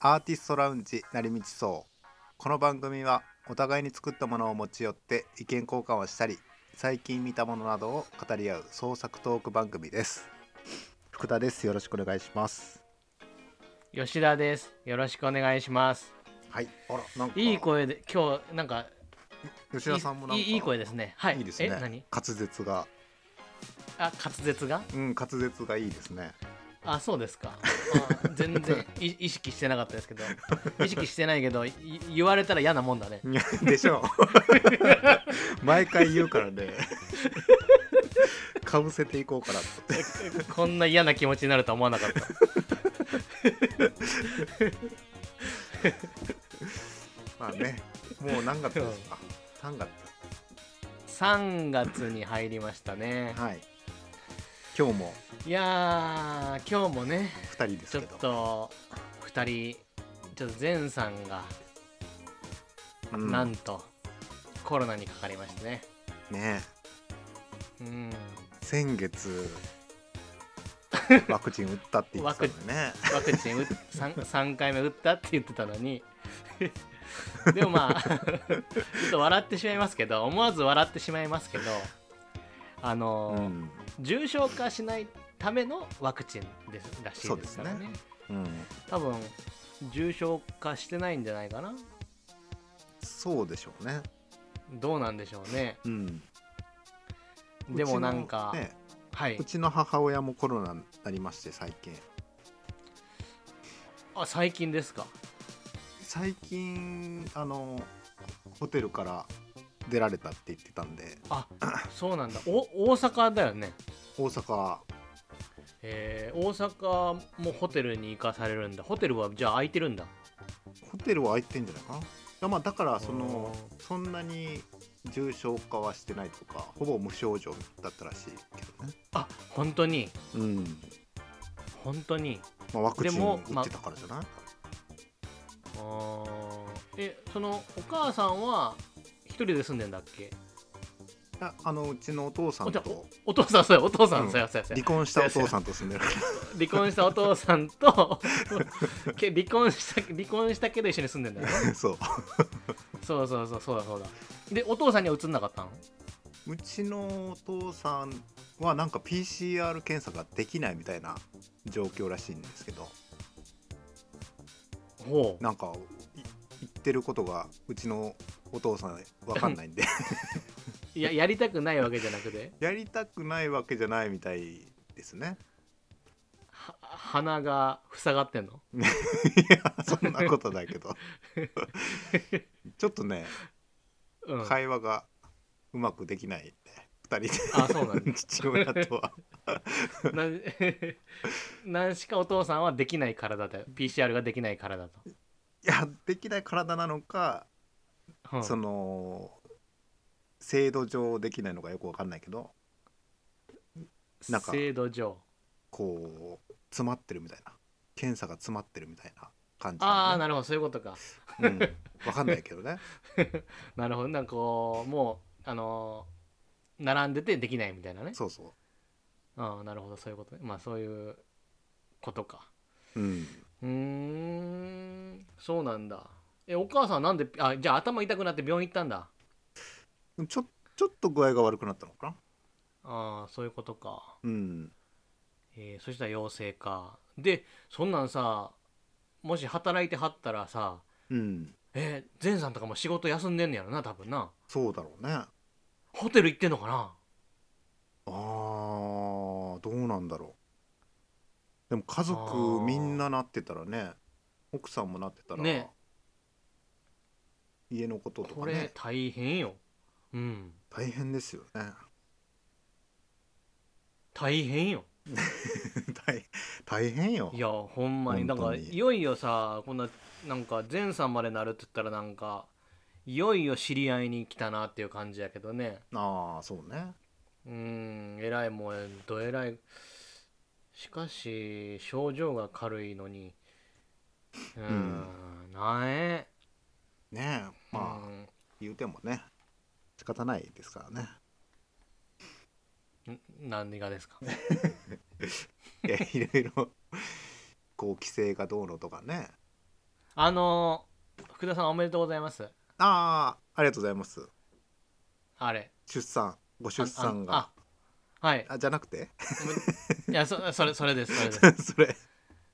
アーティストラウンジ成道荘この番組はお互いに作ったものを持ち寄って意見交換をしたり最近見たものなどを語り合う創作トーク番組です福田ですよろしくお願いします吉田です。よろしくお願いします。はいあらなんかいい声で、今日、なんか、吉田さんもなんかいいいいい声ですね。はい。いいですねえ、何滑舌があ、滑舌がうん滑舌がいいです ねあ、そうで すか。あ全然い意識してなかったですけど、意識してないけど、い言われたら嫌なもんだね。いやでしょう 毎回言うから ねかぶせていこうかなとこんな嫌な気持ちになるとは思わなかった。まあねもう何月ですか3月3月に入りましたね。はい今日もいやー、今日もね、 2人でちすょっけどと、2人、ちょっと前さんが、うんなんと、コロナにかかりましてね。ねうん先 月ワクチン打ったって言ってたのにねワクチン打っ 3, 3回目打ったって言ってたのに でもまあちょっと笑ってしまいますけど思わず笑ってしまいますけどあうのー、ん、重症化しないためのワクチンですらしいですからそうねでうん、多分重症化してないんじゃないかなそうでしょうね、どうなんでしょうねうん、でもなんか、うちの,、ね、はいうちの母親もコロナになりまして最近あ最近ですか最近あのホテルから出られたって言ってたんで あそうなんだお大阪だよね大阪えー大阪もホテルに行かされるんだホテルはじゃあ空いてるんだホテルは空いてんじゃないかないやまあだからそのうそんなに重症化はしてないとかほぼ無症状だったらしいけどねあ本当にうん、本当にまあ、ワクチンで打もってたからじゃない、あーえそのお母さんは一人で住んでんだっけあ、あのうちのお父さんおじゃあとおお父さんそうやお父さうんんそうやそうやそう離や婚したお父さんと住んでるから離婚したお父さんと け離婚した離婚したけど一緒に住んでんだよ ねそうそうそうそうそうだそうだでお父さんには移んなかったのうちのお父さんはなんか PCR 検査ができないみたいな状況らしいんですけどほうなんかい言ってることがうちのお父さんわかんないん でいややりたくないわけじゃなくてやりたくないわけじゃないみたいですねは鼻が塞がってんのいやそんなことだけどちょっとねうん、会話がうまくできないんで2人あそうなんだで父親とはな 何しかお父さんはできない体だよ PCR ができない体と、 いやできない体なのかうんその制度上できないのかよくわかんないけどなんか制度上こう詰まってるみたいな検査が詰まってるみたいな感じああななるほどそういうことかのね、うん、わかんないけどねなるほどなんかこうもうあのー並んでてできないみたいなねそうそうんなるほどそういうことねまあそういうことかう、うん、うーんそうなんだえお母さんはなんであじゃあ頭痛くなって病院行ったんだちょちょっと具合が悪くなったのかなああそういうことかうんえーそしたら陽性かでそんなんさもし働いてはったらさうんえー、前さんとかも仕事休んでんのやろな多分なそうだろうねあホテル行ってんのかなーどうなんだろうでも家あ族ーみんななってたらね奥さんもなってたら、ね家のこととこかれね大変ようん大変ですよね 大変よ大大変よいやほんまにだ本か当らにいよいよさこんななんか前さんまでなるって言ったらなんかいよいよ知り合いに来たなっていう感じやけどねああそうねうーんえらいもんどえらいしかし症状が軽いのにうーん、なんえねえまあ、うん言うてもね仕方ないですからね ん何がですかいやいろいろこう規制がどうのとかねあのー福田さんおめでとうございますああありがとうございますあれ出産ご出産がああはいあじゃなくて おめで いやそそれそれですそれですそれ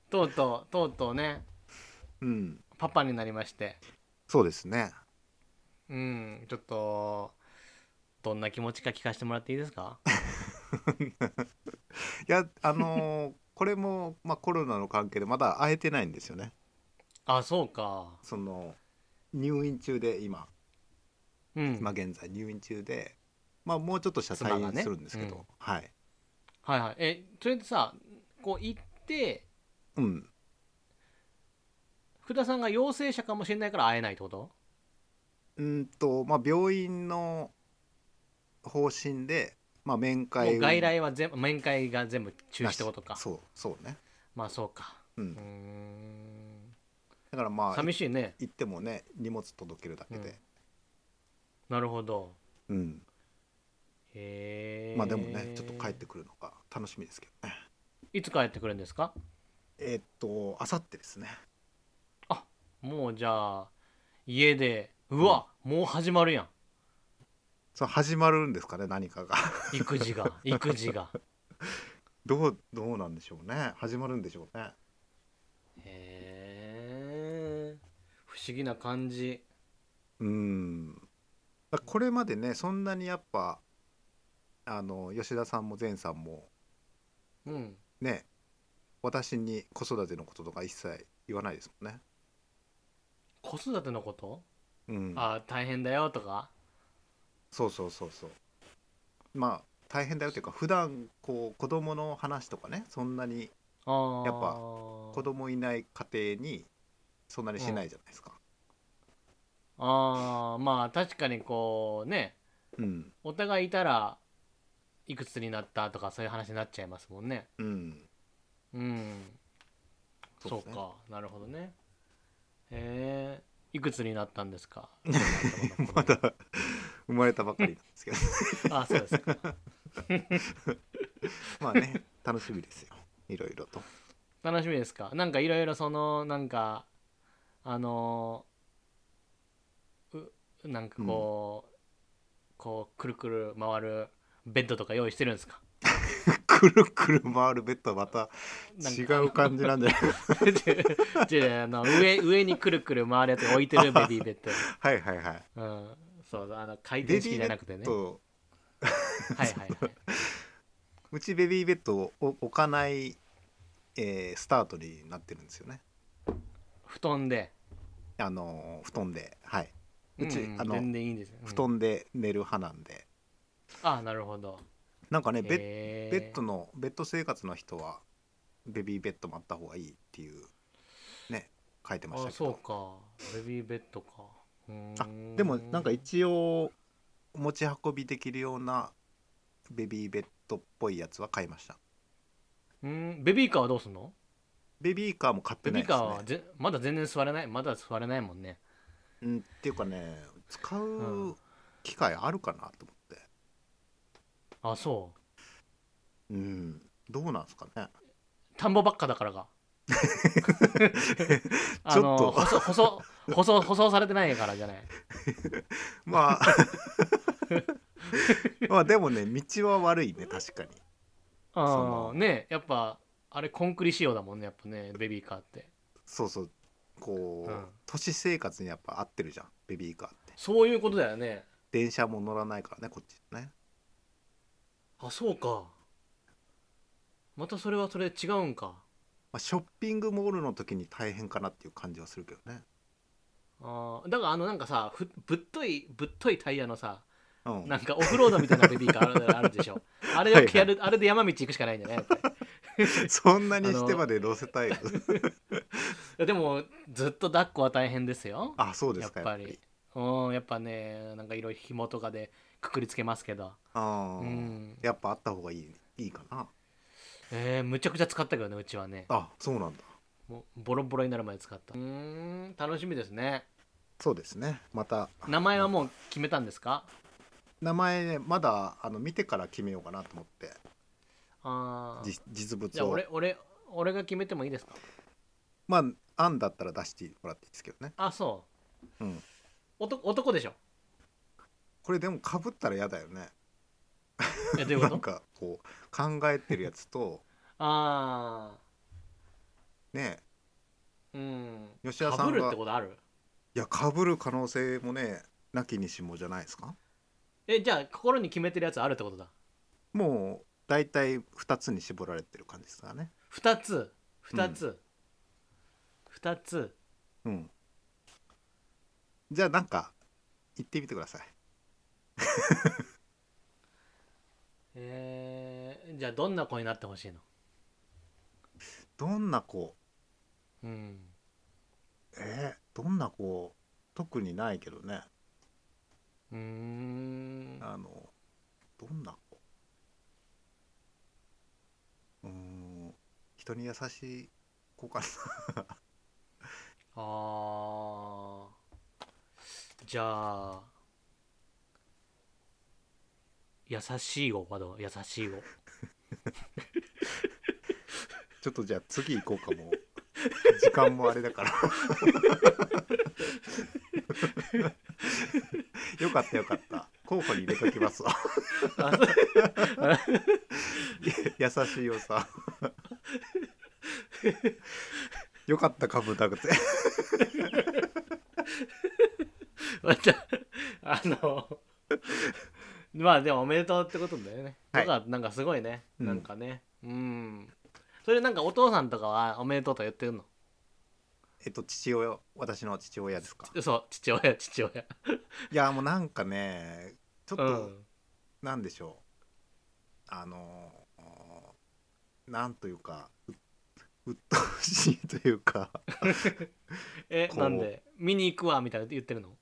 とうとうとうとうねうんパパになりましてそうですねうんちょっとどんな気持ちか聞かせてもらっていいですかいやあのーこれも、まあ、コロナの関係でまだ会えてないんですよねあそうかその入院中で今うん今現在入院中で、まあ、もうちょっとしたら妻退が院ねするんですけど、うんはいはいはいえそれでさこう行ってうん福田さんが陽性者かもしれないから会えないってことうんとまあ病院の方針で、まあ、面も会う外来は全部面会が全部中止ってことかそうそうね、まあそうかううーん、んだからまあ寂しいね行ってもね荷物届けるだけで、なるほどうんへえまあでもねちょっと帰ってくるのが楽しみですけどねいつ帰ってくるんですかえーっとあさってですねもうじゃあ家でうわ、もう始まるやんそう始まるんですかね何かが育児 が育児がどうどうなんでしょうね始まるんでしょうねへえ不思議な感じうんだからこれまでねそんなにやっぱあの吉田さんも善さんもうんね私に子育てのこととか一切言わないですもんね。子育てのこと、うん、あ大変だよとかそうそうそうそう。まあ大変だよっていうか普段こう子供の話とかねそんなにあーやっぱ子供いない家庭にそんなにしないじゃないですか。あーまあ確かにこうねうん、お互いいたらいくつになったとかそういう話になっちゃいますもんねうん、 うんそう,、そうですねかなるほどねへえいくつになったんですかまだ生まれたばかりなんですけどあそうですかまあね楽しみですよいろいろと。楽しみですかなんかいろいろそのなんかあのーうなんかこう、こうくるくる回るベッドとか用意してるんで すかくるくる回るベッドはまたなん違かう感じなんじゃない 違う違うあの上上にくるくる回るやつ置いて るベビーベッはいはいはい。ド、うん、そうあの回ベ転ビー式じゃベなッくてねはいドはいはいうちベビーベッドを置かない、えースタートになってるんですよね。布団であのー布団で、はい。 うち、んんあの全然いいんですよ、うん布団で寝る派なんで、あなるほどなんかねベッへーベッドのベッド生活の人はベビーベッドもあった方がいいっていうね書いてましたあけそうど。かベビーベッドかうあーでもなんか一応持ち運びできるようなベビーベッドっぽいやつは買いました。うんベビーカーはどうすんのベビーカーも買ってベなビいですーカーはね。ぜまだ全然座れないまだ座れないもんねうん、っていうかね使ううん機会あるかなと思って、あそううん、どうなんですかね 田んぼばっかだ からかあちょのっと細細細細されてないからじゃないまあ まあでもね道は悪いね確かにあのあねやっぱあれコンクリ仕様だもんねやっぱねベビーカーってそうそうこう、うん都市生活にやっぱ合ってるじゃんベビーカーってそういうことだよね電車も乗らないからねこっちねあそうかまたそれはそれ違うんかまあ、ショッピングモールの時に大変かなっていう感じはするけどねあーだからあのなんかさふぶっといぶっといタイヤのさうんなんかオフロードみたいなベビーカーあるあるでしょあれをやるあれで山道行くしかないんじゃないやっぱり そんなにしてまで乗せたいいやでもずっと抱っこは大変ですよ あそうでやすっかぱりうんやっぱねなんかいろいろ紐とかでくくりつけますけどあーうんやっぱあった方がいいいいかなえー、むちゃくちゃ使ったけどねうちはねあそうなんだもうボロボロになるまで使ったうーん楽しみですねそうですねまた名前はもう決めたんですか名前ねまだあの見てから決めようかなと思ってああじ実物じゃあを俺俺俺が決めてもいいですかまあ案だったら出してもらっていいですけどねあそうんう男男でしょこれでもかぶったら嫌だよねえどういうなこんとかこう考えてるやつとあねあうん吉田さん被がるってことあるいやかぶる可能性もねなきにしもじゃないですかえじゃあ心に決めてるやつあるってことだもう大体2つに絞られてる感じですからね2つ2つ、二2つうんじゃあなんか言ってみてくださいえー、じゃあどんな子になってほしいのどんな子うんえー、どんな子特にないけどねうーんあのどんな子うーん人に優しい子かなあーじゃあ優しい語はどう優しい語ちょっとじゃあ次行こうかもう時間もあれだから よかったよかった候補に入れときますわあそう優しいよさよかったかぶんなくてまた あのまあでもおめでとうってことだよね、はいとかなんかすごいね、うんなんかねうんそれなんかお父さんとかはおめでとうと言ってるのえっと父親私の父親ですかそう父親父親いやもうなんかねちょっうとんなんでしょう、あのーなんというかう鬱陶しいというかえこうなんで見に行くわみたいな言ってるの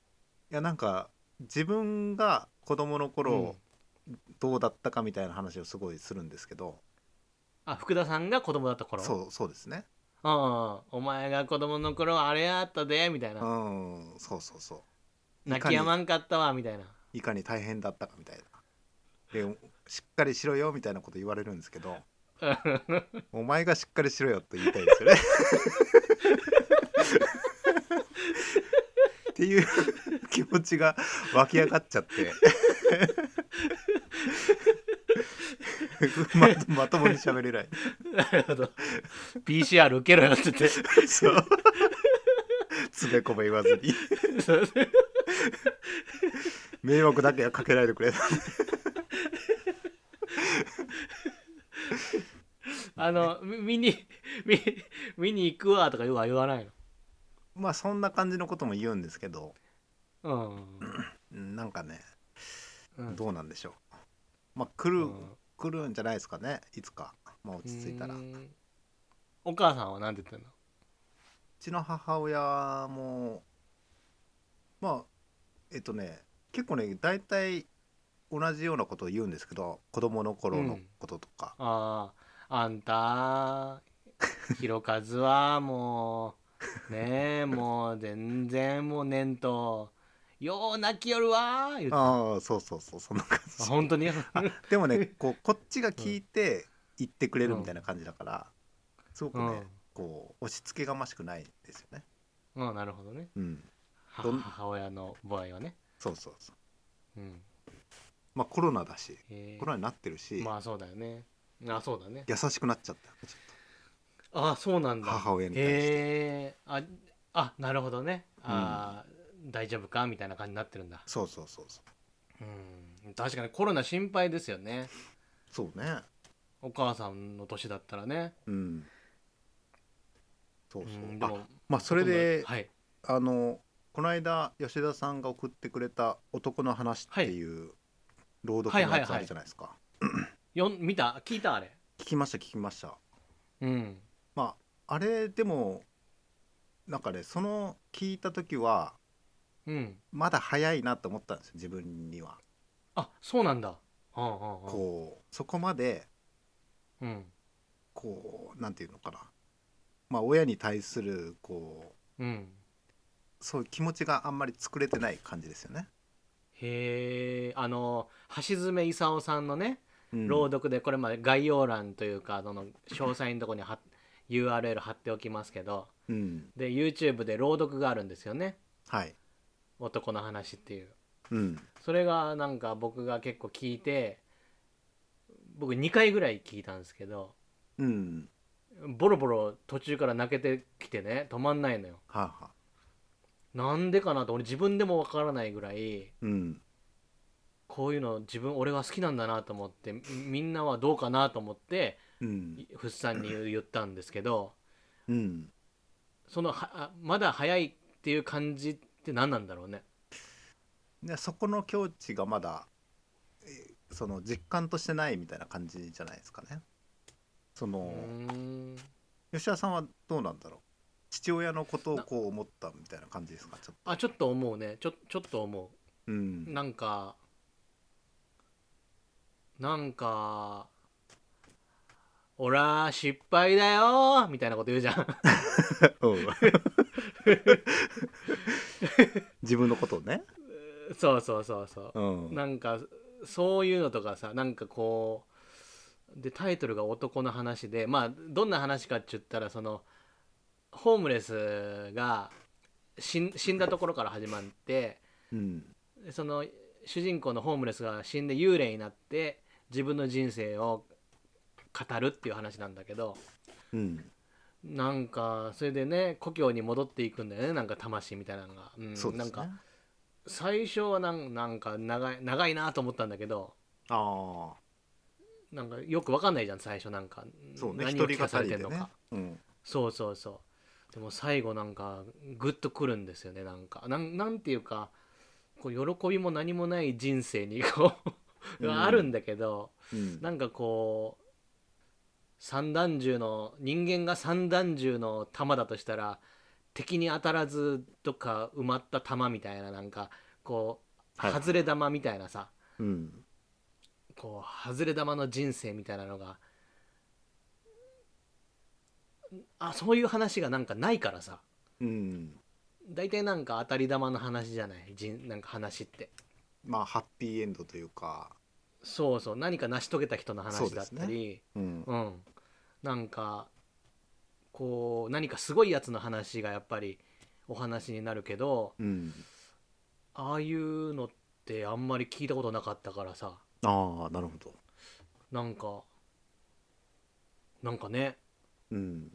いやなんか自分が子供のうん頃どうだったかみたいな話をすごいするんですけど、あ福田さんが子供だった頃そうそうですねうんうんお前が子供の頃あれやったでみたいうなーんそうそうそうい泣かきにやまんかったわみたいない かに大変だったかみたいなでしっかりしろよみたいなこと言われるんですけ どお前がしっかりしろよと言いたいです よね。っていう気持ちが湧き上がっちゃ ってままともに喋れないなるほど PCR 受けろよって言 ってそうつべこべ言わずに そう迷惑だけはかけないでくれあのみ見に見見に行くわとか言うは言わないまあそんな感じのことも言うんですけどのうんなんかねうん、うん、どうなんでしょうまあ来る、うん来るんじゃないですかねいつか、まあ、落ち着いたらううーんお母さんは何て言ってんのちの母親もまあえっとね結構ね大体同じようなことを言うんですけど子供の頃のこととか、あああんたひろかずはもうねえもう全然もうねんとよう泣きよるわー言ってあああそうそうそうそんな感じ本当にあでもねこうこっちが聞いて言ってくれるみたいな感じだからすごくね、うんこう押し付けがましくないんですよねうんなるほどねうんはどん母親の場合はねそうそうそううんまあコロナだしへえコロナになってるし、まあそうだよねあそうだね優しくなっちゃったよねちょっとあそうなんだ母親に対して。へえああなるほどねあー、大丈夫かみたいな感じになってるんだそうそうそうそううん確かにコロナ心配ですよねそうねお母さんの年だったらねうんそうそう、うんあまあそれで、はいあのこの間吉田さんが送ってくれた「男の話」っていう朗読のやつあるじゃないですか、よん見た聞いたあれ聞きました聞きましたうんまああれでもなんかねその聞いた時はうんまだ早いなと思ったんですよ自分にはあそうなんだうんうんうんこうそこまでうんこうなんていうのかなまあ親に対するこうんうそういう気持ちがあんまり作れてない感じですよね、へえあの橋爪功さんのねうん朗読でこれまで概要欄というかその詳細のところに貼っ URL 貼っておきますけどうんで YouTube で朗読があるんですよねはい「男の話」っていううんそれがなんか僕が結構聞いて僕2回ぐらい聞いたんですけどうんボロボロ途中から泣けてきてね止まんないのよはあ、はあ、なんでかなと俺自分でもわからないぐらいうんこういうの自分俺は好きなんだなと思ってみみんなはどうかなと思ってうんふっさんに言う言ったんですけどうんそのはあまだ早いっていう感じって何なんだろうねでそこの境地がまだえその実感としてないみたいな感じじゃないですかねそうーの、ん吉田さんはどうなんだろう父親のことをこう思ったみたいな感じですかちょっとあちょっと思うねちょちょっと思ううんなんかなんか「おら失敗だよ」みたいなこと言うじゃん 自分のことをねそうそうそうそううんなんかそういうのとかさなんかこうでタイトルが「男の話で」まあどんな話かって言ったらそのホームレスが死ん死んだところから始まってうんその主人公のホームレスが死んで幽霊になって自分の人生を語るっていう話なんだけどうんなんかそれでね故郷に戻っていくんだよねなんか魂みたいなのが、うんそうでなすんねか最初はなんなんか長い長いなと思ったんだけどああなんかよくわかんないじゃん最初なんかそうね何一を人聞かさ語れりてでんのねか、うん、そうそうそうでも最後なんかグッとくるんですよねなんかなんなんていうかこう喜びも何もない人生にこううん あるんだけど、うんなんかこう三段銃の人間が三段銃の弾だとしたら敵に当たらずどっか埋まった弾みたいななんかこうはい外れ弾みたいなさ、うんこう外れ玉の人生みたいなのがあそういう話がなんかないからさうん大体なんか当たり玉の話じゃない人なんか話ってまあハッピーエンドというか、そうそう何か成し遂げた人のそう話でだっすねたりうん、うんなんかこう何かすごいやつの話がやっぱりお話になるけどうん、ああいうのってあんまり聞いたことなかったからさああなるほど、なんかなんかねうん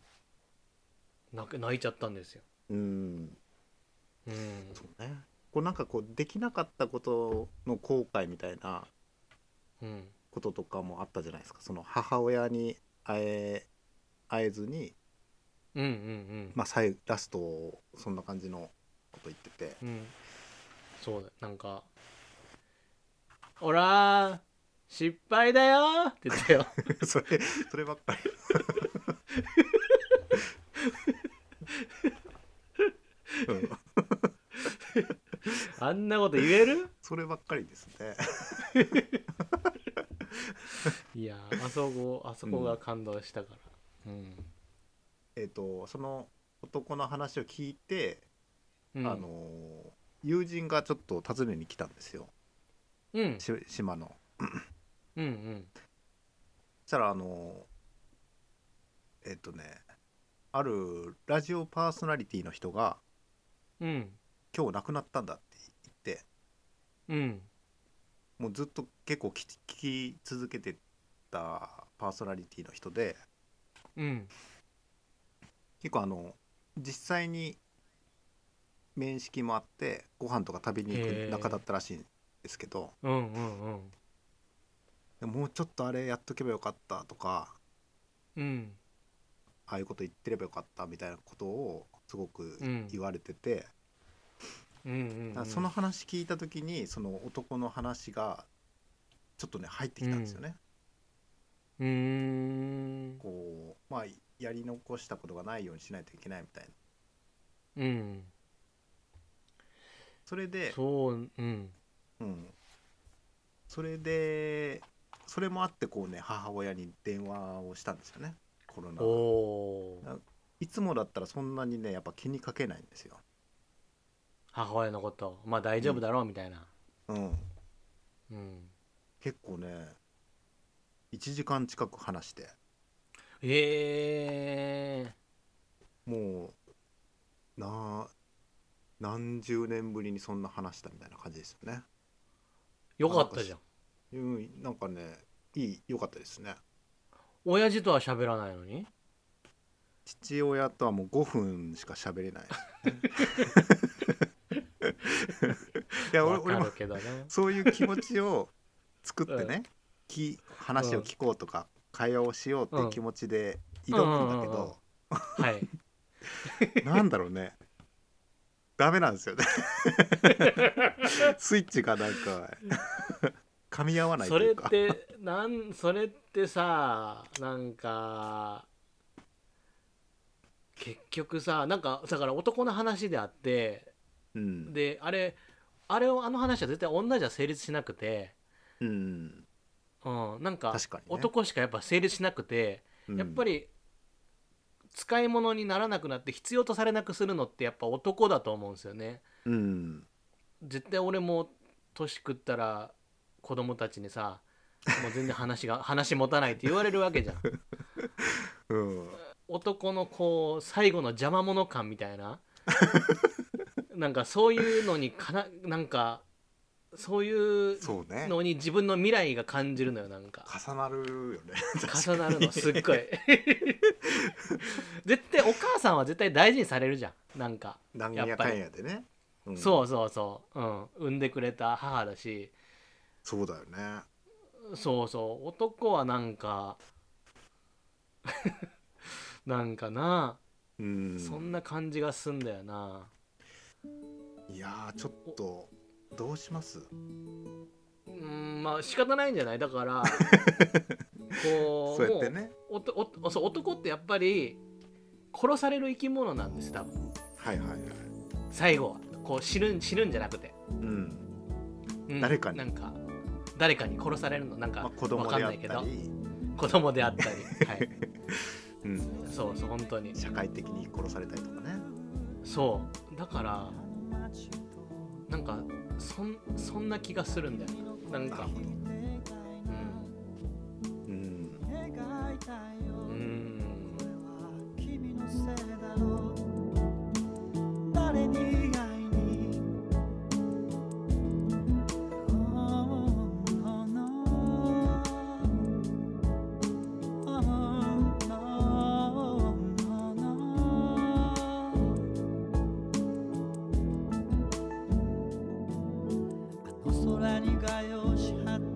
泣け泣いちゃったんですよ。うん、うんそうねこうなんかこうできなかったことの後悔みたいなうんこととかもあったじゃないですかその母親に会え会えずに、うんうんまあ、最ラストそんな感じのこと言っててうん、うん、そうだなんか「おらー失敗だよー」って言 ったよそれそればっかり うん、あんなこと言えるそればっかりですねいやーあそこあそこが感動したからうん、えっ、とその男の話を聞いて、うん、あのー友人がちょっと訪ねに来たんですようんし島のうんうんそしたらあのーえっ、とねあるラジオパーソナリティの人がうん「今日亡くなったんだ」って言ってうんもうずっと結構聞き聞き続けてたパーソナリティの人でうん結構あの実際に面識もあってご飯とか食べに行へくー仲だったらしいんですけどうんうんうんでももうちょっとあれやっとけばよかったとかうんああいうこと言ってればよかったみたいなことをすごくうん言われてて、うんうんだからその話聞いた時にその男の話がちょっとね入ってきたんですよね。うーんこうまあやり残したことがないようにしないといけないみたいなうんそれでそううんうん、それでそれもあってこうね母親に電話をしたんですよねコロナおおーいつもだったらそんなにねやっぱ気にかけないんですよ、母親のことまあ大丈夫だろうみたいなうん、うん結構ね1時間近く話してええもうな何十年ぶりにそんな話したみたいな感じですよねよかったじゃんうんなんかねいい良かったですね親父とは喋らないのに父親とはもう5分しか喋れない いや俺わ俺かもるけど ねそういう気持ちを作って うんね、き話を聞こうとか、会話をしようっていう気持ちで挑むんだけど、はいなんだろうねダメなんです よねスイッチがなんか噛み合わないとそいれうっかてなんそれってさなんか結局さなんかだから男の話であってうんであれあれをあの話は絶対女じゃ成立しなくて、うんうん、なんか確かにね男しかやっぱ成立しなくて、やっぱりり使い物にならなくなって必要とされなくするのってやっぱ男だと思うんですよね。うん絶対俺も年食ったら子供たちにさもう全然話が 話持たないって言われるわけじゃんうん男のこう最後の邪魔者感みたいななんかそういうのにかななんかそういうそうねのに自分の未来が感じるのよなんか重なるよね重なるのすっごい 絶対お母さんは絶対大事にされるじゃんなんかなんやかんやでね、うんそうそうそう、うん、産んでくれた母だしそうだよねそうそう男はなんか なんかな、うんそんな感じがすんだよないやーちょっとどうしますうーんまあ仕方ないんじゃないだから こうそうやってねもうおとおそう男ってやっぱり殺される生き物なんです多分はいはいはい、最後はこう死ぬ死ぬんじゃなくて、うんうん誰かになんか誰かに殺されるのなんかまあ、子わ供かんであなっいけたどり、子供であったり、はい、うん、そうそう本当に社会的に殺されたりとかねそうだからなんかそんそんな気がするんだよななんなるほかどうんうんうん君のせいだろう誰に会いにほのほのあの空にがよし張っ